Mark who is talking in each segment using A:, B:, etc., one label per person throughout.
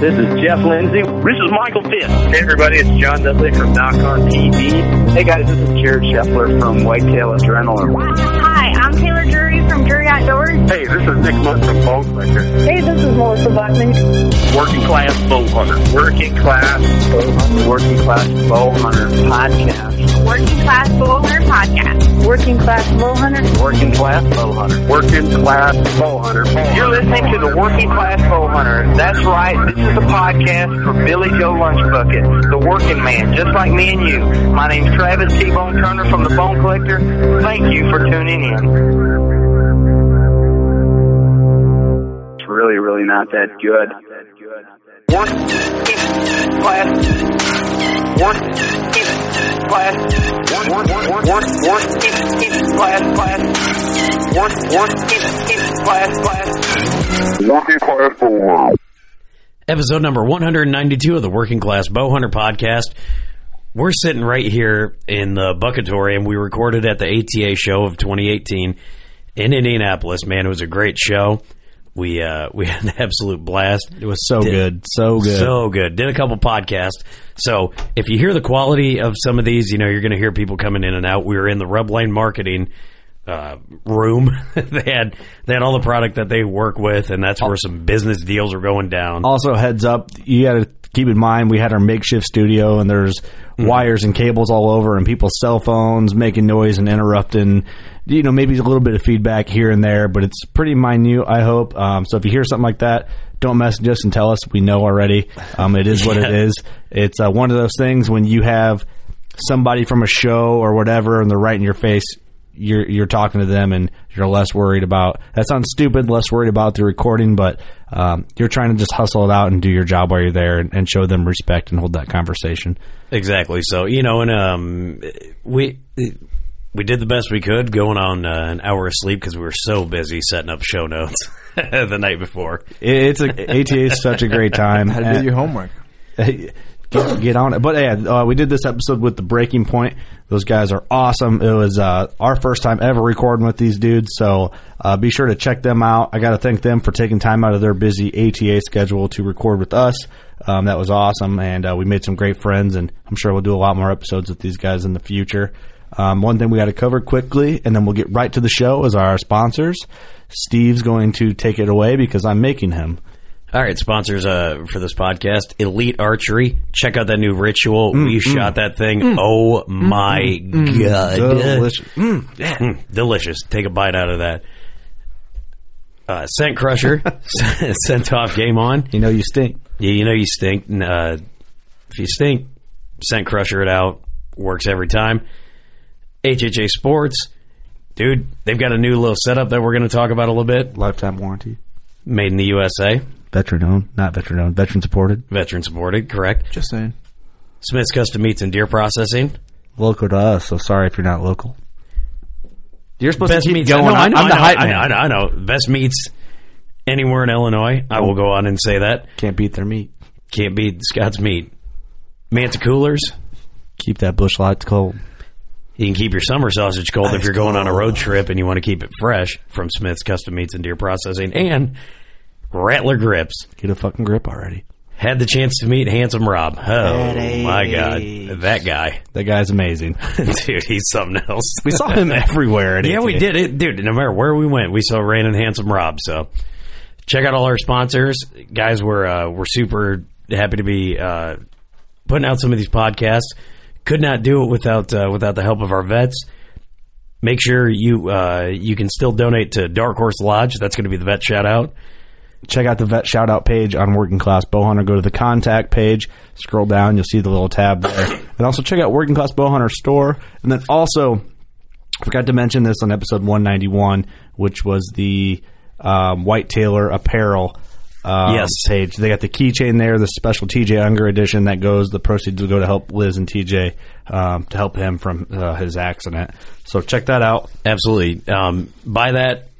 A: This is Jeff Lindsay. This is Michael Fitt. Hey, everybody, it's John Dudley from Knock on TV. Hey, guys, this is Jared Scheffler from Whitetail Adrenaline.
B: Hi, I'm Taylor Drury from Drury Outdoors.
A: Hey, this is Nick Munt from Bone Collector.
C: Hey, this is Melissa Blackman.
A: Working Class Bow Hunter. Working Class Bow Hunter. Working Class Bow Hunter Podcast.
B: Working Class Bullhunter Podcast.
C: Working class bow hunter.
A: Working Class Bow Hunter. Working Class Bow Hunter. You're listening to the Working Class Bow Hunter. That's right. This is the podcast for Billy Joe Lunchbucket, the working man, just like me and you. My name's Travis T. Bone Turner from The Bone Collector. Thank you for tuning in. It's really, really not that good. Working Class Work, class, work, work, work, work, class, class, work, work, class, class.
D: Working class boy.
E: episode number 192 of the Working Class Bowhunter podcast. We're sitting right here in the Buckatory, and we recorded at the ATA show of 2018 in Indianapolis. Man, it was a great show. We uh, we had an absolute blast.
F: It was so
E: Did-
F: good, so good.
E: So good. Did a couple podcasts. So if you hear the quality of some of these, you know, you're going to hear people coming in and out. We were in the Rub Lane Marketing uh, room. they had they had all the product that they work with, and that's where some business deals are going down.
F: also, heads up, you got to keep in mind we had our makeshift studio, and there's wires and cables all over, and people's cell phones making noise and interrupting. You know, maybe a little bit of feedback here and there, but it's pretty minute. I hope. Um, so if you hear something like that, don't message us and tell us. We know already. Um, it is what it is. It's uh, one of those things when you have somebody from a show or whatever, and they're right in your face. you're you're talking to them and you're less worried about that sounds stupid less worried about the recording but um, you're trying to just hustle it out and do your job while you're there and, and show them respect and hold that conversation
E: Exactly. So you know, and um, we we did the best we could, going on uh, an hour of sleep because we were so busy setting up show notes the night before.
F: it, it's a ATA is such a great time
G: Had to do your homework.
F: get, get on it. But yeah, uh, we did this episode with the Breaking Point. Those guys are awesome. It was uh, our first time ever recording with these dudes, so uh, be sure to check them out. I got to thank them for taking time out of their busy ATA schedule to record with us. Um, that was awesome, and uh, we made some great friends. And I'm sure we'll do a lot more episodes with these guys in the future. Um, one thing we got to cover quickly, and then we'll get right to the show, is our sponsors. Steve's going to take it away because I'm making him.
E: All right, sponsors uh, for this podcast, Elite Archery. Check out that new ritual. we shot that thing. oh my god,
F: Delicious.
E: Mm, delicious. Take a bite out of that. Uh, scent Crusher sent off game on.
F: You know you stink.
E: Yeah, you know you stink. N- Uh, if you stink, scent crusher it out. Works every time. HHA Sports, dude, they've got a new little setup that we're going to talk about a little bit.
F: Lifetime warranty.
E: made in the USA,
F: Veteran owned, not veteran owned, veteran supported.
E: veteran supported, correct?
F: Just saying.
E: Smith's Custom Meats and Deer Processing.
F: Local to us, so sorry if you're not local. You're supposed
E: Best
F: to keep
E: meats.
F: going.
E: No, I know,
F: I'm
E: I
F: the
E: know,
F: hype
E: I
F: man.
E: know, I know, I know. Best meats anywhere in Illinois. I will go on and say that.
F: Can't beat their meat.
E: Can't beat Scott's meat. Manta coolers.
F: Keep that bush lights cold.
E: You can keep your summer sausage cold if
F: Ice
E: you're going on a
F: cold.
E: road trip and you want to keep it fresh from Smith's Custom Meats and Deer Processing and Rattler Grips.
F: Get a fucking grip already.
E: Had the chance to meet Handsome Rob. Oh my god, that guy,
F: That guy's amazing.
E: dude, he's something else.
F: We saw him everywhere. At
E: yeah, we
F: ATA.
E: did it, dude. No matter where we went, we saw Rain and Handsome Rob. So check out all our sponsors, guys. We're uh, we're super happy to be uh, putting out some of these podcasts. Could not do it without uh, without the help of our vets. Make sure you uh, you can still donate to Dark Horse Lodge. That's going to be the vet shout out.
F: Check out the vet shout out page on Working Class Bowhunter. Go to the contact page, scroll down, you'll see the little tab there. and also check out Working Class Bowhunter store. And then also, I forgot to mention this on episode 191, which was the um, White Tailor apparel. Um,
E: Yes.
F: page. They got the keychain there, the special TJ Unger edition that goes. The proceeds will go to help Liz and TJ um, to help him from uh, his accident. So check that out.
E: Absolutely, um, buy that.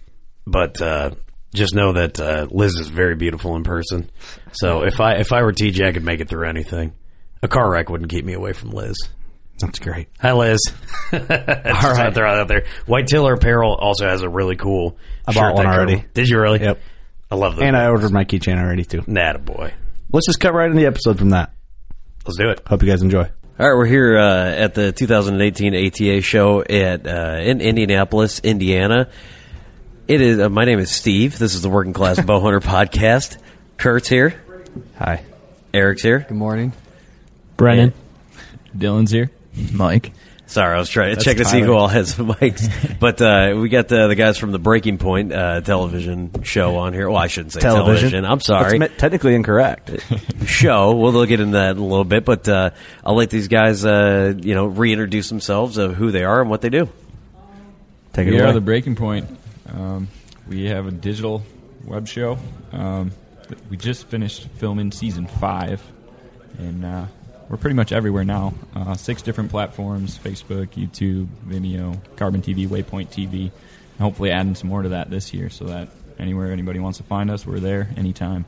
E: But uh, just know that uh, Liz is very beautiful in person. So if I if I were TJ, I could make it through anything. A car wreck wouldn't keep me away from Liz.
F: That's great.
E: Hi, Liz. All right, throw that out there. White Tailor Apparel also has a really cool.
F: I
E: shirt
F: bought one
E: that
F: already.
E: cover- Did you really?
F: Yep.
E: I love that.
F: And I ordered my keychain already too.
E: that boy.
F: Let's just cut right in the episode from that.
E: Let's do it.
F: Hope you guys enjoy.
G: All right, we're here uh, at the 2018 ATA show at uh, in Indianapolis, Indiana. It is. Uh, my name is Steve. This is the Working Class Bowhunter podcast. Kurt's here.
F: Hi.
G: Eric's here.
H: Good morning.
F: Brennan.
H: Dylan's here. Mike.
G: Sorry, I was trying to check to see who all has the mics. But uh, we got the, the guys from the Breaking Point uh, television show on here. Well, I shouldn't say television. I'm sorry.
F: That's me- technically incorrect.
G: show. Well, they'll get into that in a little bit. But uh, I'll let these guys, uh, you know, reintroduce themselves of who they are and what they do.
F: Take it
H: We
F: away.
H: are the breaking point. Um, we have a digital web show. Um, that we just finished filming season five, and uh, we're pretty much everywhere now. Uh, six different platforms: Facebook, YouTube, Vimeo, Carbon TV, Waypoint TV. And hopefully, adding some more to that this year, so that anywhere anybody wants to find us, we're there anytime.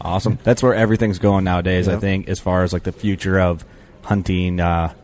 F: awesome. That's where everything's going nowadays. I think as far as like the future of hunting. Uh,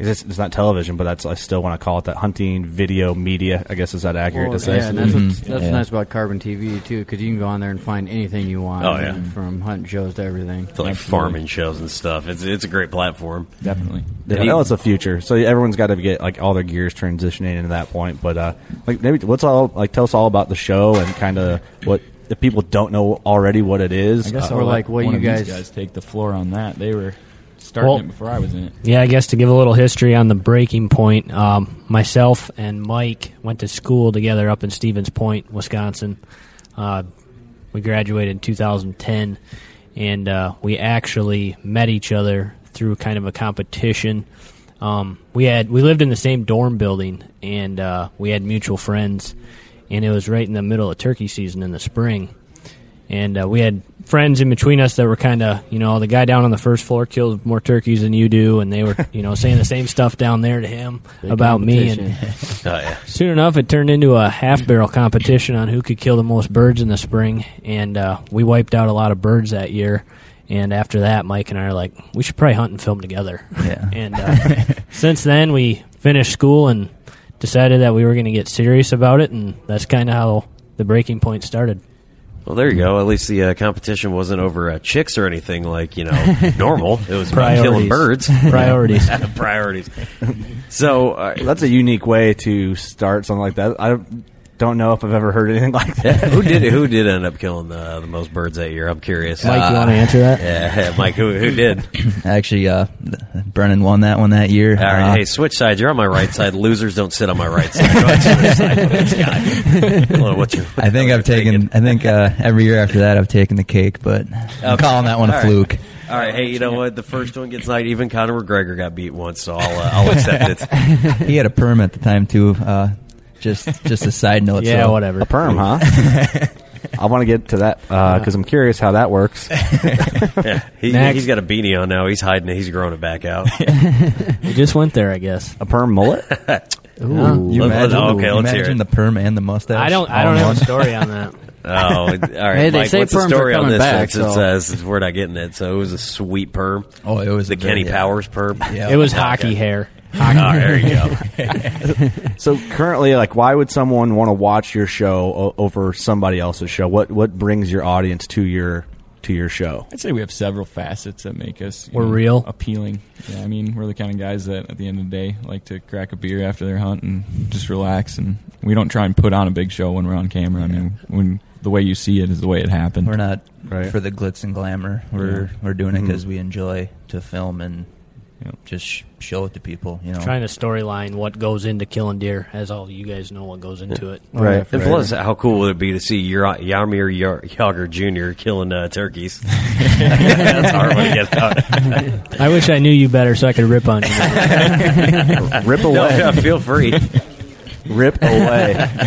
F: it's, it's not television, but that's I still want to call it that hunting video media. I guess is that accurate to say?
I: Yeah, and that's what's,
G: Mm-hmm.
I: that's
F: Yeah.
I: nice about Carbon TV too, because you can go on there and find anything you want.
G: Oh, yeah.
I: from hunting shows to everything.
G: to like
H: Absolutely.
G: farming shows and stuff. It's it's a great platform.
H: Definitely.
F: I know it's the future, so everyone's got to get like all their gears transitioning into that point. But uh, like maybe what's all like tell us all about the show and kind of what if people don't know already what it is. uh,
H: I guess
I: Or
H: I'll
I: like
H: Uh, let
I: what
H: one
I: you
H: of these
I: guys-
H: guys take the floor on that. They were starting
J: Well-
H: it before I was in it.
J: Yeah, I guess to give a little history on the breaking point, um, myself and Mike went to school together up in Stevens Point, Wisconsin. Uh, we graduated in 2010, and uh, we actually met each other through kind of a competition. Um, we had we lived in the same dorm building, and uh, we had mutual friends, and it was right in the middle of turkey season in the spring and uh, we had friends in between us that were kind of you know the guy down on the first floor killed more turkeys than you do and they were you know saying the same stuff down there to him about me and soon enough it turned into a half barrel competition on who could kill the most birds in the spring and uh, we wiped out a lot of birds that year and after that mike and i are like we should probably hunt and film together
H: Yeah.
J: and uh, since then we finished school and decided that we were going to get serious about it and that's kind of how the breaking point started
G: Well, there you go. At least the uh, competition wasn't over uh, chicks or anything like you know normal. It was about killing birds.
J: priorities
G: Priorities. So uh,
F: That's a unique way to start something like that. I don't know if I've ever heard anything like that.
G: who did who did end up killing the, the most birds that year? I'm curious. Uh,
J: Mike, you want to answer that?
G: yeah, Mike, who, who did?
H: Actually, uh, Brennan won that one that year.
G: All right,
J: Uh-huh.
H: Uh,
G: hey, switch sides. You're on my right side. Losers don't sit on my right side. Go ahead, switch side. Well, what's your-
H: I think I've taken. I think uh, every year after that, I've taken the cake, but I'm
G: Okay.
H: calling that one a
G: All right.
H: fluke.
G: All right, hey, you know what? The first one gets not even Conor McGregor got beat once, so I'll, uh, I'll accept it.
H: He had a perm at the time too. Uh, just, just a side note.
J: yeah
H: so
J: whatever
F: A perm, huh? I want to get to that because I'm curious how that works.
G: Yeah, he,
F: Next.
G: he's got a beanie on now. He's hiding it. He's growing it back out.
J: We just went there, I guess.
F: A perm mullet?
G: Ooh.
K: You
G: Let- let-
K: imagine,
G: okay,
K: you
G: let's hear
K: imagine
G: it.
K: the perm and the mustache.
J: I don't. I
K: all
J: don't
K: in
J: have
K: one?
J: a story on that.
G: Oh, all right.
J: Hey, they
G: Mike,
J: say
G: what's the
J: perms are
G: story on
J: coming
G: this?
J: back,
G: since,
J: so-
G: uh, since we're not getting it, so it was a sweet perm.
K: Oh, it was
G: the
K: a
G: Kenny
K: very-
G: Powers perm.
J: It was hockey hair. Hockey
G: Oh, there you go.
F: so currently, like, why would someone want to watch your show o- over somebody else's show? What what brings your audience to your to your show?
H: I'd say we have several facets that make us you
J: We're real.
H: appealing. Yeah, I mean, we're the kind of guys that at the end of the day like to crack a beer after their hunt and just relax. And we don't try and put on a big show when we're on camera. I mean, when the way you see it is the way it happened.
K: We're not
H: Right.
K: for the glitz and glamour. We're
H: Yeah.
K: we're doing it
G: Hmm.
H: Mhm.
K: because we enjoy to film and just sh- show it to people. You know,
J: Trying to storyline what goes into killing deer, as all you guys know what goes into it.
G: And plus, how cool would it be to see Yer- Yarmir Yer- Yager Jr. killing uh, turkeys? That's hard when it gets out.
J: I wish I knew you better so I could rip on you.
F: Rip
G: No,
F: away.
G: yeah, feel free.
F: Rip away.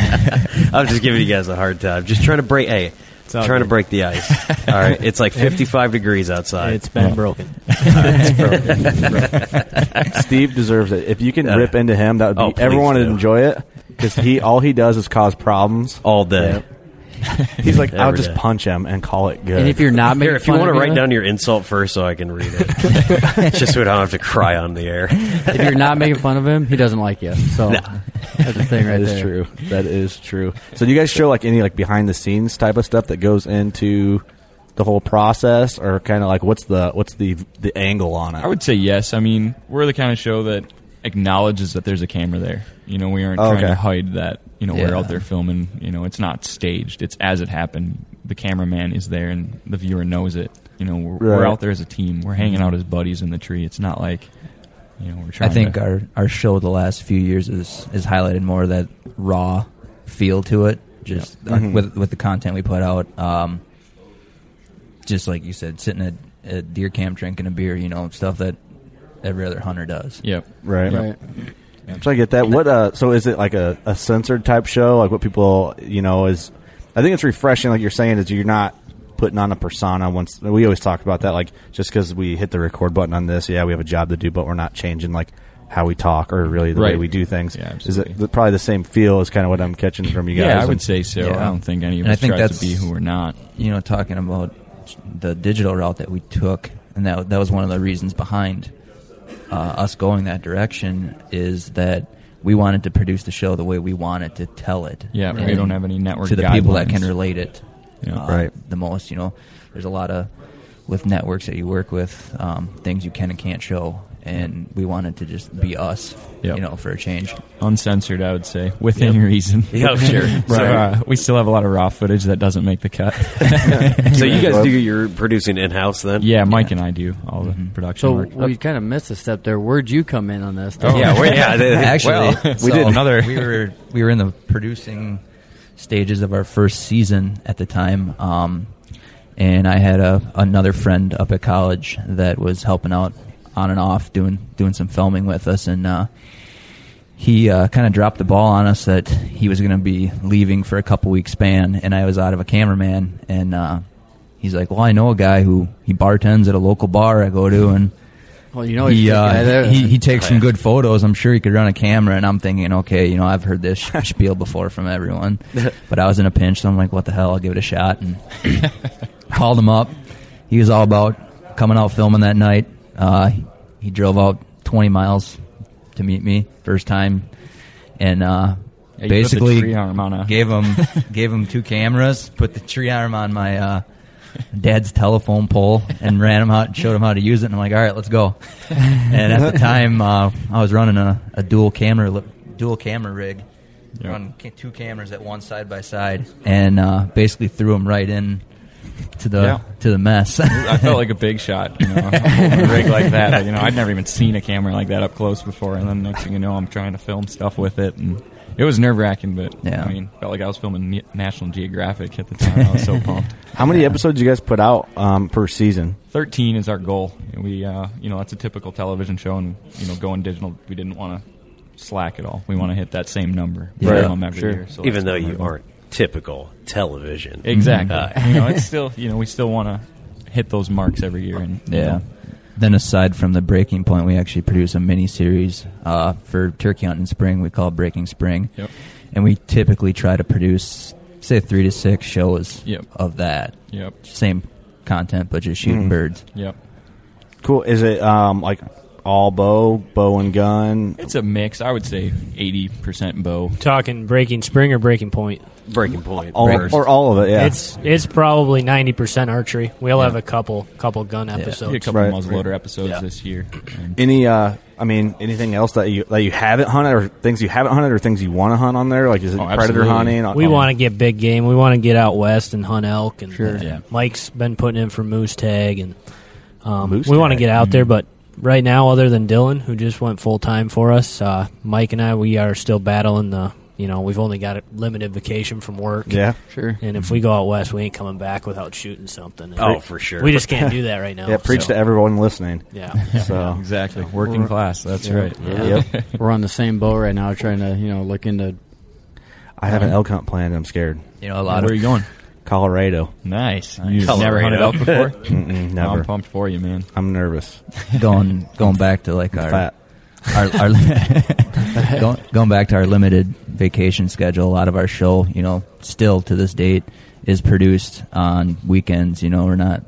G: I'm just giving you guys a hard time. Just trying to break. Hey,
J: all
G: trying to
J: good.
G: break the ice. All right, it's like 55 degrees outside.
J: It's been broken.
F: Steve deserves it. If you can
G: Yeah.
F: rip into him, that would be
G: Oh, please
F: everyone would
G: do.
F: enjoy it because he all he does is cause problems
G: all day.
F: He's like, I'll
G: Every
F: just
G: day.
F: punch him and call it good.
J: And if you're not making
G: Here, if you
J: fun
G: want to
J: of
G: write
J: me,
G: down your insult first, so I can read it, just so I don't have to cry on the air.
J: if you're not making fun of him, he doesn't like you. So
G: No.
J: that's the thing right
F: that is
J: there.
F: true. That is true. So, do you guys show like any like behind the scenes type of stuff that goes into the whole process, or kind of like what's the what's the the angle on it?
H: I would say yes. I mean, we're the kind of show that acknowledges that there's a camera there. You know, we aren't
F: Oh,
H: trying
F: okay.
H: to hide that. You know, we're
F: Yeah.
H: out there filming. You know, it's not staged. It's as it happened. The cameraman is there, and the viewer knows it. You know, we're, we're
K: Right.
H: out there as a team. We're hanging out as buddies in the tree. It's not like, you know, we're
K: I
H: trying.
K: think
H: to,
K: our our show the last few years is is highlighted more of that raw feel to it. Just
H: Yeah.
K: uh,
F: Mm-hmm.
H: Mhm.
K: with with the content we put out. Um, just like you said, sitting at a deer camp drinking a beer. You know, stuff that every other hunter does.
H: Yep.
F: Right. So I get that. What? Uh, so is it like a, a censored type show? Like what people you know is? I think it's refreshing. Like you're saying, is you're not putting on a persona. Once we always talk about that. Like just because we hit the record button on this, yeah, we have a job to do, but we're not changing like how we talk or really the way
H: Right.
F: we do things.
H: Yeah,
F: is it th- probably the same feel? Is kind of what I'm catching from you guys.
H: Yeah, I would
F: And-
H: say so. I don't think any of
K: And I
H: us
K: think
H: tries to
K: that's,
H: be who we're not.
K: You know, talking about the digital route that we took, and that that was one of the reasons behind uh, us going that direction is that we wanted to produce the show the way we wanted to tell it.
H: Yeah, we
K: And
H: don't have any network
K: to the people that
H: guidelines.
K: can relate it.
H: Yeah.
K: right. The most, you know, there's a lot of with networks that you work with, um, things you can and can't show, and we wanted to just be us.
H: Yep.
K: You know, for a change.
H: Uncensored, I would say, within reason.
K: Yeah, sure.
H: right. So,
K: Right.
H: uh, we still have a lot of raw footage that doesn't make the cut.
G: so you guys do your producing in house then?
H: Yeah, Mike and I do all
K: Mm-hmm.
H: the production
J: So
H: work.
J: we kind of missed a step there. Where'd you come in on this?
H: Oh, yeah, we're- yeah, they-
K: Actually,
H: we did another-
K: We were we were in the producing stages of our first season at the time, um, and I had a another friend up at college that was helping out on and off doing doing some filming with us, and uh, he uh, kind of dropped the ball on us that he was going to be leaving for a couple weeks span, and I was out of a cameraman, and uh, he's like, "Well, I know a guy who he bartends at a local bar I go to, and."
J: Well, you know Oh, he's
K: he,
J: a good guy
K: uh,
J: there.
K: he he takes some
J: Yeah.
K: good photos. I'm sure he could run a camera, and I'm thinking, okay, you know, I've heard this spiel before from everyone, but I was in a pinch, so I'm like, what the hell? I'll give it a shot. And called him up. He was all about coming out filming that night. Uh, he drove out 20 miles to meet me first time, and uh,
H: Yeah, you put the
K: basically
H: tree arm on a-
K: gave him gave him two cameras, put the tree arm on my uh, dad's telephone pole, and ran him out and showed him how to use it. And I'm like, all right, let's go. And at the time, uh, I was running a, a dual camera li- dual camera rig, run ca- two cameras at one side by side, and uh, basically threw him right in to the
H: Yeah.
K: to the mess.
H: I felt like a big shot, you know, holding a rig like that. you know, I'd never even seen a camera like that up close before, and then next thing you know, I'm trying to film stuff with it, and it was nerve wracking, but
K: Yeah.
H: I mean, felt like I was filming Ne- National Geographic at the time. I was so pumped.
F: How many episodes you guys put out um, per season?
H: 13 is our goal. And We, uh, you know, that's a typical television show, and you know, going digital, we didn't want to slack at all. We want to hit that same number.
F: Right.
H: minimum every
F: Sure.
H: year, so
G: Even
H: that's
G: though
H: been our
G: you
H: goal.
G: aren't typical television.
H: Exactly.
G: Uh,
H: you know, it's still you know we still want to hit those marks every year, and you
K: Yeah.
H: know,
K: Then aside from the breaking point, we actually produce a mini series uh, for turkey hunting spring. We call it Breaking Spring,
H: Yep.
K: and we typically try to produce say three to six shows
H: Yep.
K: of that.
H: Yep.
K: Same content, but just shooting
F: Mm.
K: birds.
H: Yep.
F: Cool. Is it um, like all bow, bow and gun?
H: it's a mix. I would say eighty percent bow.
J: Talking breaking spring or breaking point?
G: Breaking point.
F: All-
G: Breakers.
F: or all of it, yeah.
J: It's it's probably ninety percent archery. We'll have a couple couple gun episodes.
H: a couple
F: Right.
H: muzzleloader episodes this year.
F: Any, uh, I mean, anything else that you that you haven't hunted, or things you haven't hunted, or things you want to hunt on there? Like, is it predator hunting? Oh,
J: We want to get big game. We want to get out west and hunt elk. And
F: Sure.
J: uh,
F: Yeah.
J: Mike's been putting in for moose tag, and um,
F: Moose
J: we want to
F: tag. Mm.
J: get out there. But right now, other than Dylan, who just went full time for us, uh, Mike and I, we are still battling the. You know, we've only got a limited vacation from work.
F: Yeah.
K: Sure.
J: And if we go out west, we ain't coming back without shooting something.
G: Oh, for sure.
J: We just can't do that right now.
K: Oh,
F: yeah, preach
J: so.
F: to everyone listening.
J: Yeah.
F: So
H: exactly. Working class. That's right.
F: Yep.
I: We're on the same boat right now, trying to you know look into.
F: I have an elk hunt planned. I'm scared.
K: You know, a lot
H: Where
K: of
H: are you going?
F: Colorado.
H: Nice.
K: Nice.
H: You've never hunted elk
K: Colorado.
H: before. Well,
F: Mm-mm, never.
H: I'm pumped for you, man.
F: I'm nervous.
K: going going back to like
F: I'm
K: our
F: fat.
K: our, our going, going back to our limited vacation schedule. A lot of our show, you know, still to this date is produced on weekends. You know, we're not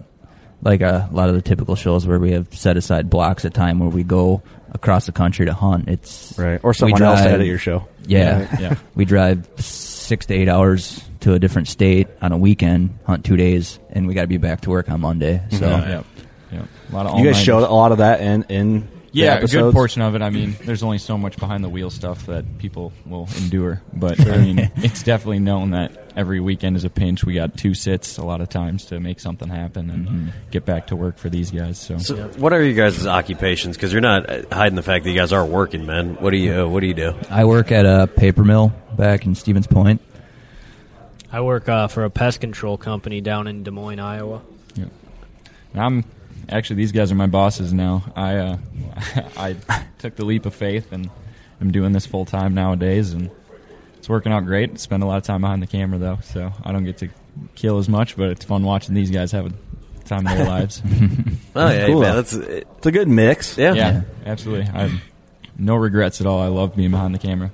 K: like a lot of the typical shows where we have set aside blocks of time where we go across the country to hunt. It's
F: Right. Or
K: we
F: someone else to edit your show.
K: Yeah,
H: Yeah. Yeah.
K: we drive six to eight hours to a different state on a weekend, hunt two days, and we got to be back to work on Monday. So.
H: Mm-hmm. Yeah. Yep. Yep. A lot of
F: You guys
H: all-nighters.
F: showed a lot of that in in
H: Yeah,
F: the
H: a good
F: episodes?
H: portion of it. I mean, there's only so much behind the wheel stuff that people will endure. But I mean, it's definitely known that every weekend is a pinch. We got two sits a lot of times to make something happen and
F: Mm-hmm.
H: get back to work for these guys. So,
G: So what are you guys' occupations? Because you're not uh, hiding the fact that you guys are working, man. What do you uh, What do you do?
K: I work at a paper mill back in Stevens Point.
J: I work uh, for a pest control company down in Des Moines, Iowa.
H: yeah. And I'm actually these guys are my bosses now. I uh, I took the leap of faith and I'm doing this full time nowadays, and it's working out great. Spend a lot of time behind the camera though, so I don't get to kill as much, but it's fun watching these guys have a time of their lives.
G: Oh yeah,
F: Cool.
G: man. That's uh,
F: It's a good mix.
G: yeah.
H: Yeah, absolutely. I have no regrets at all. I love being behind the camera.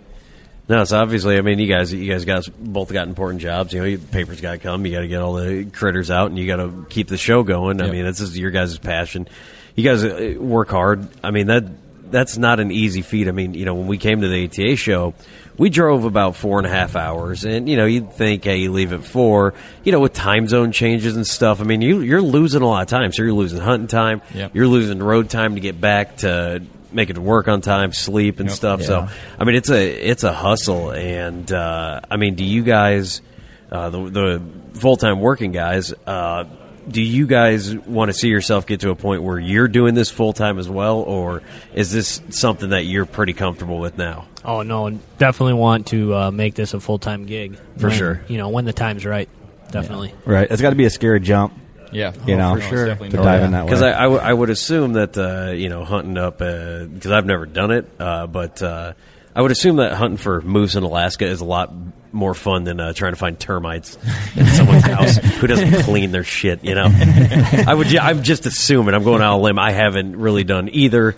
G: No, so obviously, I mean, you guys, you guys got both got important jobs. You know, you, papers got to come. You got to get all the critters out, and you got to keep the show going. I
H: Yep.
G: mean, this is your guys' passion. You guys uh, work hard. I mean that that's not an easy feat. I mean, you know, when we came to the ATA show, we drove about four and a half hours, and you know, you'd think, hey, you leave at four. You know, with time zone changes and stuff. I mean, you you're losing a lot of time. So you're losing hunting time.
H: Yep.
G: You're losing road time to get back to make it to work on time, sleep and
H: Yep.
G: stuff. So
K: Yeah.
G: I mean, it's a it's a hustle, and uh, I mean, do you guys, uh, the, the full time working guys, uh, do you guys want to see yourself get to a point where you're doing this full time as well, or is this something that you're pretty comfortable with now?
J: Oh no, definitely want to uh, make this a full time gig
G: For
J: When-
G: sure.
J: You know when the time's right, definitely.
F: Right. It's got to be a scary jump.
H: Yeah,
F: You know,
H: it's
F: Oh, sure.
H: definitely
F: to
H: not-
F: dive in that way.
G: Because I, I, w- I would assume that uh, you know hunting up because I've never done it, uh, but uh, I would assume that hunting for moose in Alaska is a lot more fun than uh, trying to find termites in someone's house who doesn't clean their shit. You know, I would. ju- I'm just assuming. I'm going out on a limb. I haven't really done either,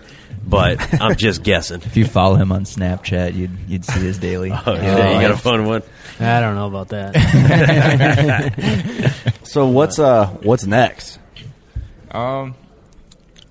G: but I'm just guessing.
K: If you follow him on Snapchat, you'd you'd see his daily.
G: Oh, yeah, you got a fun one.
J: I don't know about that.
F: so what's uh what's next?
H: Um,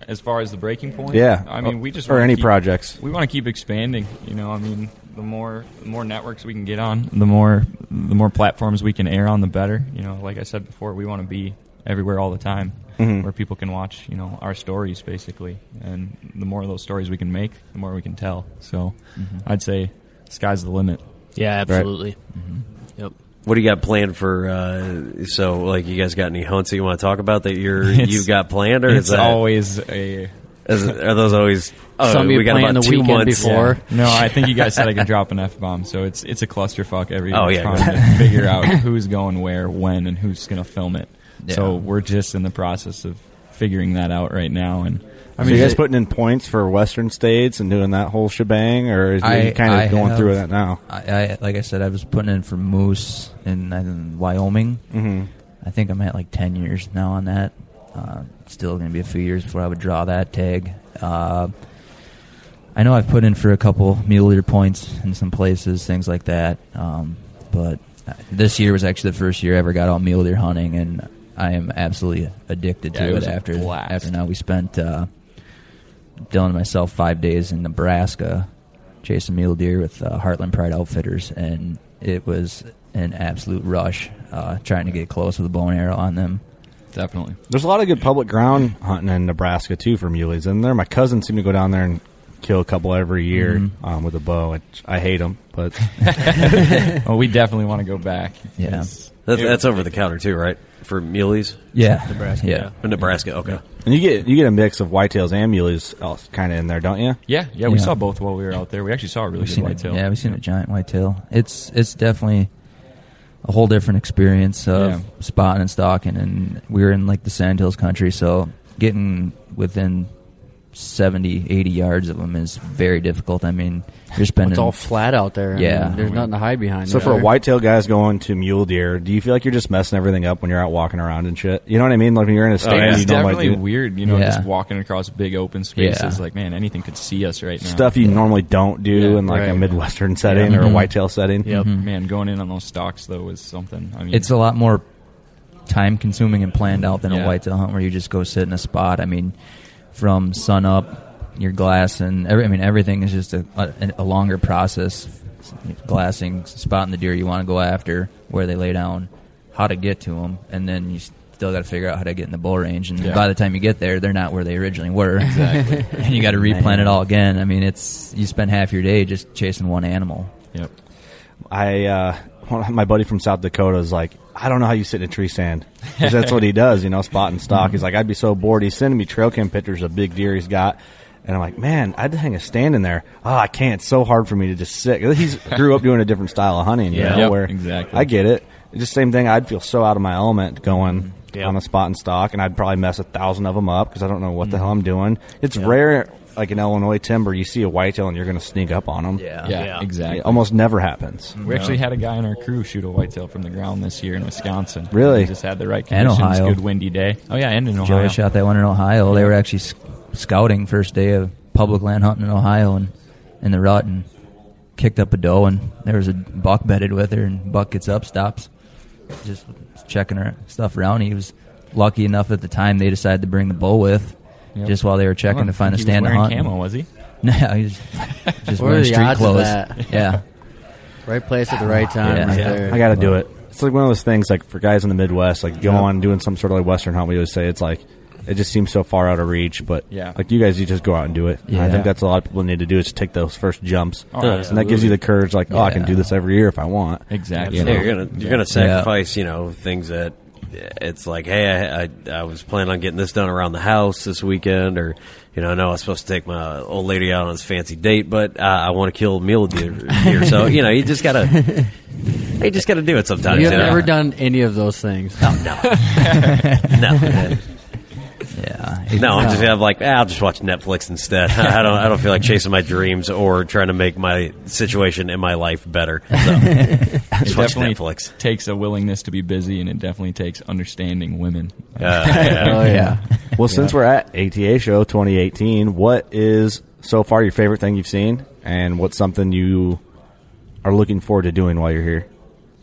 H: as far as the breaking point,
F: Yeah.
H: I mean, we just
F: Or
H: wanna
F: any
H: keep-
F: projects.
H: We want to keep expanding. You know, I mean, the more the more networks we can get on, the more the more platforms we can air on, the better. You know, like I said before, we want to be everywhere all the time,
F: Mm-hmm.
H: where people can watch. You know, our stories basically, and the more of those stories we can make, the more we can tell. So,
F: Mm-hmm.
H: I'd say sky's the limit.
J: yeah, absolutely.
K: Mm-hmm.
J: Yep.
G: What do you got planned for? Uh, so, like, you guys got any hunts that you want to talk about that you're
H: It's-
G: you've got planned, or is
H: It's
G: that
H: always a
G: is- are those always? Oh,
I: Some you
G: we got
I: plan
G: about
I: the
G: two
I: weekend
G: months.
I: before.
H: Yeah. No, I think you guys said I could drop an F bomb, so it's it's a clusterfuck every
G: Oh, yeah,
H: time
G: go
H: to figure out who's going where, when, and who's going to film it.
K: Yeah.
H: So we're just in the process of figuring that out right now. And
F: I mean, so you guys putting in points for Western states and doing that whole shebang, or is
K: I-
F: you kind of
K: I
F: going
K: have-
F: through that now?
K: I, I like I said, I was putting in for moose in, in Wyoming.
F: Mhm.
K: I think I'm at like ten years now on that. Uh, still going to be a few years before I would draw that tag. Uh, I know I've put in for a couple mule leader points in some places, things like that. Um, but this year was actually the first year I ever got all mule deer hunting, and I am absolutely addicted
H: Yeah,
K: to
H: it
K: it,
H: was a
K: after
H: blast.
K: after now. We spent uh, Dylan and myself five days in Nebraska chasing mule deer with uh, Heartland Pride Outfitters, and it was an absolute rush uh, trying to get close with a bow and arrow on them.
H: Definitely.
F: There's a lot of good public ground hunting in Nebraska too for muleys, and there my cousins seem to go down there and kill a couple every year
H: Mhm.
K: Mm-hmm.
F: um, with a bow. I, I hate them, but
H: well, Oh, we definitely want to go back.
F: Yeah.
G: That's, that's over the counter too, right? For muleys.
F: Yeah. Nebraska,
G: Yeah.
F: yeah.
G: For Nebraska. Okay.
F: and you get you get a mix of whitetails and muleys kind of in there, don't you?
H: Yeah, yeah, we saw both while we were out there. We actually saw a really
K: We've
H: good
K: seen
H: white tail.
K: A, yeah, we've seen a giant whitetail. It's it's definitely a whole different experience of
H: Yeah.
K: spotting and stalking, and we were in like the Sand Hills country, so getting within 70, 80 yards of them is very difficult. I mean, you're spending
I: It's all flat out there. I mean,
K: Yeah,
I: there's
H: Oh,
I: nothing to hide behind.
F: So
I: out
F: for a
I: there.
F: whitetail guys going to mule deer, do you feel like you're just messing everything up when you're out walking around and shit? You know what I mean? Like when you're in a state,
H: Oh, yeah.
F: and
H: It's
F: you don't like
H: definitely
F: do-
H: weird, you know,
F: Yeah.
H: just walking across big open spaces.
F: Yeah.
H: Like, man, anything could see us right now.
F: stuff you normally don't do
H: Yeah,
F: in like a
H: right.
F: midwestern setting
H: Yeah.
F: or a
H: Mhm.
F: whitetail setting.
H: Yep.
K: Mm-hmm.
H: Man, going in on those stocks though is something. I mean,
K: it's a lot more time consuming and planned out than
H: Yeah.
K: a whitetail hunt where you just go sit in a spot. I mean, from sun up, your glass and every, I mean everything is just a, a, a longer process. Glassing, spotting the deer you want to go after, where they lay down, how to get to them, and then you still got to figure out how to get in the bull range. And
H: Yeah.
K: by the time you get there, they're not where they originally were.
H: Exactly.
K: and you got to replan it all again. I mean, it's you spend half your day just chasing one animal.
H: Yep.
F: I uh, one- my buddy from South Dakota is like, I don't know how you sit in a tree stand. 'Cause that's what he does, you know, spot and stock. He's like, I'd be so bored. He's sending me trail cam pictures of big deer he's got. And I'm like, man, I'd hang a stand in there. Oh, I can't. It's so hard for me to just sit. He's grew up doing a different style of hunting. You
H: Yeah.
F: know,
H: Yep,
F: where
H: exactly.
F: I get it. It's just same thing. I'd feel so out of my element going
H: Mm-hmm.
F: on a spot and stock, and I'd probably mess a thousand of them up because I don't know what
H: Mm-hmm.
F: the hell I'm doing. It's rare, like in Illinois timber, you see a whitetail and you're going to sneak up on them.
H: Yeah, Yeah. exactly.
F: It almost never happens.
H: We actually had a guy in our crew shoot a whitetail from the ground this year in Wisconsin.
F: Really?
H: We just had the right
K: And
H: conditions.
K: Ohio.
H: Good windy day. Oh yeah, and in Ohio.
K: Joey shot that one in Ohio. They were actually sc- scouting first day of public land hunting in Ohio and in the rut and kicked up a doe and there was a buck bedded with her and buck gets up, stops, just checking her stuff around. He was lucky enough at the time they decided to bring the bull with.
H: Yep.
K: Just while they were checking
H: Oh,
K: to find a
H: he was
K: stand to
H: wearing
K: hunt.
H: camo, was he?
K: No, he was just
I: What are
K: wearing
I: the
K: street
I: odds of
K: clothes.
I: that?
K: Yeah.
I: right place at the right time.
K: Yeah.
I: right
K: Yeah.
I: there.
F: I got to do it. It's like one of those things, like for guys in the Midwest, like going on doing some sort of like Western hunt. We always say it's like it just seems so far out of reach, but
H: Yeah.
F: like you guys, you just go out and do it. And I
H: Yeah.
F: think that's a lot of people need to do is to take those first jumps,
H: Oh,
F: and that gives you the courage, like oh, I can
H: Yeah.
F: do this every year if I want.
H: Exactly.
F: You
G: Yeah,
F: know?
G: you're gonna you're gonna sacrifice, you know, things that it's like, hey, I, I I was planning on getting this done around the house this weekend, or you know, I know I was supposed to take my old lady out on this fancy date, but uh, I want to kill a mule deer, deer. So you know, you just gotta you just gotta do it sometimes.
I: You
G: You
I: have
G: know?
I: never done any of those things. No,
G: no. no.
K: Yeah.
G: No, I'm just I'm like ah, I'll just watch Netflix instead. I don't I don't feel like chasing my dreams or trying to make my situation in my life better. So,
H: It
G: just watch
H: definitely
G: Netflix.
H: takes a willingness to be busy, and it definitely takes understanding women.
F: oh yeah. Well, since we're at ATA Show 2018, what is so far your favorite thing you've seen, and what's something you are looking forward to doing while you're here?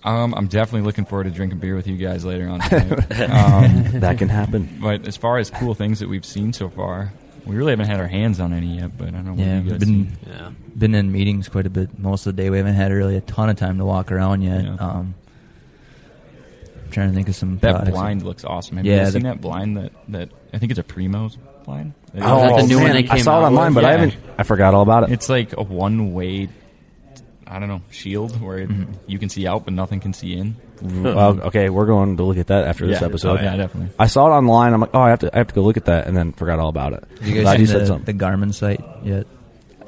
H: Um, I'm definitely looking forward to drinking beer with you guys later on tonight. um,
F: That can happen.
H: But as far as cool things that we've seen so far, we really haven't had our hands on any yet. But I don't know. What
K: Yeah,
H: you guys
K: been
H: seen.
K: been in meetings quite a bit most of the day. We haven't had really a ton of time to walk around yet. Um, trying to think of some
I: Uh,
H: That
K: products.
H: blind looks awesome. Have you
K: yeah,
H: guys seen
K: the-
H: that blind that, that I think it's a Primo's blind?
F: Oh, man, I saw it online, but I
H: Yeah.
F: haven't. I forgot all about it.
H: It's like a one way, I don't know, shield where it-
K: Mm-hmm.
H: you can see out but nothing can see in.
F: well, okay, we're going to look at that after this
H: Yeah.
F: episode.
H: Oh, yeah, definitely.
F: I saw it online. I'm like, oh, I have to, I have to go look at that, and then forgot all about it.
K: Have you
F: Glad
K: guys
F: you
K: seen
F: said
K: the,
F: something.
K: the Garmin site yet?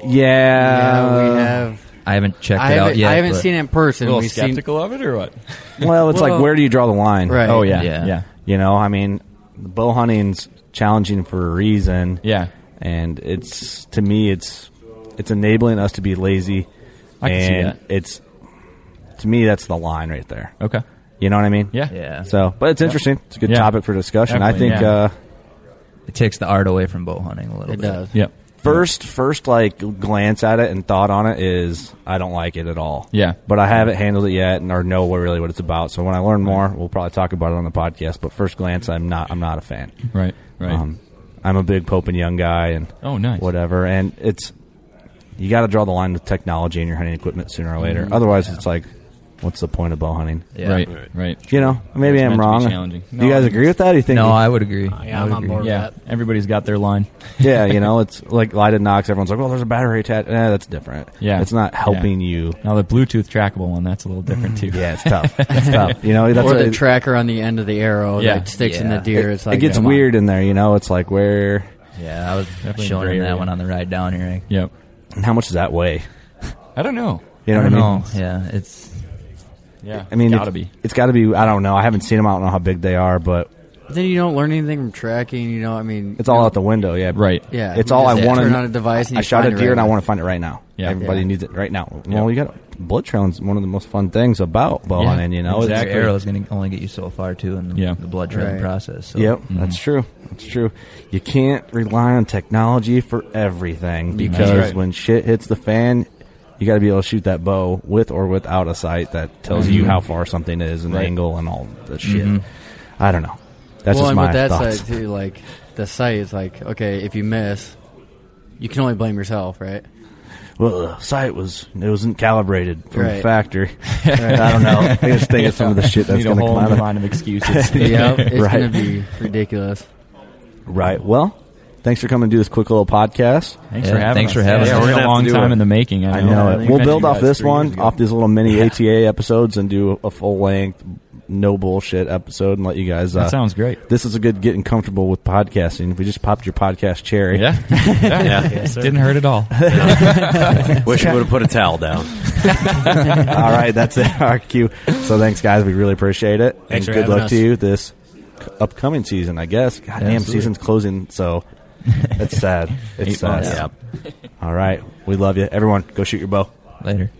F: Yeah,
I: Yeah, we have.
K: I haven't checked
I: I
K: it out
I: haven't-
K: yet.
I: I haven't
K: but-
I: seen it in person.
H: A little
I: We've seen-
H: skeptical of it or what?
F: Well, it's like where do you draw the line?
I: Right.
F: Oh yeah,
I: Yeah.
F: yeah. You know, I mean, the bow hunting's challenging for a reason.
H: Yeah.
F: And it's to me it's it's enabling us to be lazy.
H: I can see
F: and
H: that.
F: it's to me that's the line right there.
H: Okay.
F: You know what I mean?
H: Yeah. Yeah.
F: So but it's
H: Yep.
F: interesting. It's a good
H: Yeah.
F: topic for discussion.
H: Definitely,
F: I think
H: yeah.
F: uh
K: it takes the art away from bow hunting a little
F: It
K: bit.
F: does. Yep. First, first, like glance at it and thought on it is I don't like it at all.
H: Yeah.
F: but I haven't handled it yet, and or know what really what it's about. So when I learn more, we'll probably talk about it on the podcast. But first glance, I'm not, I'm not a fan. Um,
H: Right, right.
K: um,
F: I'm a big Pope and Young guy, and
H: Oh, nice.
F: whatever. And it's you got to draw the line with technology and your hunting equipment sooner or later.
H: Mhm.
F: Otherwise, it's like, what's the point of bow hunting?
H: Yeah. Right, right.
F: You know, maybe
H: It's meant to
F: I'm
H: be
F: wrong.
H: challenging.
F: Do you
H: No,
F: guys
H: I-
F: agree with that? Do you think?
K: No, I would agree. I would agree.
H: yeah, everybody's got their line.
F: yeah, you know, it's like lighted knocks. Everyone's like, "Well, there's a battery attached." Eh, that's different.
H: Yeah,
F: it's not helping you.
H: Now the Bluetooth trackable one, that's a little different too.
F: Mm, Yeah, it's tough. It's tough. You know, that's
I: or
F: what
I: the
F: it-
I: tracker on the end of the arrow
H: Yeah.
I: that sticks in the
H: Yeah.
I: deer.
F: It,
I: it's like
F: it gets
I: come on.
F: weird in there. You know, it's like where.
K: Yeah, I was
H: Definitely
K: showing
H: gray
K: him that
H: area.
K: one on the ride down here. eh?
H: Yep.
F: And how much does that weigh?
H: I don't know.
F: You
K: I
F: know
K: don't
F: what I mean?
K: know. Yeah, it's
H: Yeah,
F: I mean,
H: gotta
F: it,
H: be.
F: It's got to be. I don't know. I haven't seen them. I don't know how big they are, but
I: But then you don't learn anything from tracking. You know, I mean,
F: it's all out the window. Yeah,
H: Right.
I: Yeah,
F: It's
I: you
F: all I
I: just
F: want to.
I: turn on a device and
F: I
I: you
F: shot a
I: find it
F: deer
I: right
F: and I
I: away.
F: want to find it right now.
H: Yeah.
F: Everybody
I: Yeah.
F: needs it right now.
H: Yeah.
F: Well, you got blood trailing's one of the most fun things about bow
K: Yeah,
F: hunting. You know,
K: exactly.
F: It's-
K: arrow is going to only get you so far too in the,
H: Yeah.
K: the blood trailing
I: Right.
K: process. So.
F: Yep, that's true. That's true. You can't rely on technology for everything because
H: right.
F: when shit hits the fan, you got to be able to shoot that bow with or without a sight that tells you
H: Mhm.
F: how far something is and
H: Right.
F: angle and all the shit.
K: Mhm.
F: I don't know. That's
I: well,
F: just
I: and
F: my
I: with that
F: thoughts.
I: site too, like the site is like okay, if you miss, you can only blame yourself, right?
F: Well, the sight was it wasn't calibrated from the
I: Right.
F: factory. I don't know. I just think of some of the shit that's
H: Need a
F: going to
H: whole
F: come out
H: new
F: of
H: line of excuses.
I: yep, it's
F: Right.
I: gonna be ridiculous.
F: Right. Well, thanks for coming to do this quick little podcast.
H: Thanks
K: Yeah,
H: for having
K: thanks
H: us.
K: for having
H: yeah,
K: us.
H: We're
K: We're
H: a
K: gonna
H: long
F: have to do
H: time
F: it.
H: in the making. I
F: I
H: know.
F: know
H: We
F: it. We'll
H: met
F: build
H: you
F: off
H: guys
F: this
H: three years
F: one,
H: ago.
F: off these little mini ATA episodes, and do a full length, no bullshit episode, and let you guys. Uh,
H: That sounds great.
F: This is a good getting comfortable with podcasting. If we just popped your podcast cherry,
H: Yeah. yeah. Didn't hurt at all.
G: Wish we would have put a towel down.
F: All right, that's it. Our cue. So thanks, guys. We really appreciate it,
J: Thanks
F: and
J: for
F: good
J: having
F: luck
J: us.
F: to you this upcoming season. I guess. God damn,
K: Absolutely.
F: season's closing, so it's sad. It's
H: Eight
F: sad.
H: months.
F: All right, we love you, everyone. Go shoot your bow.
K: Later.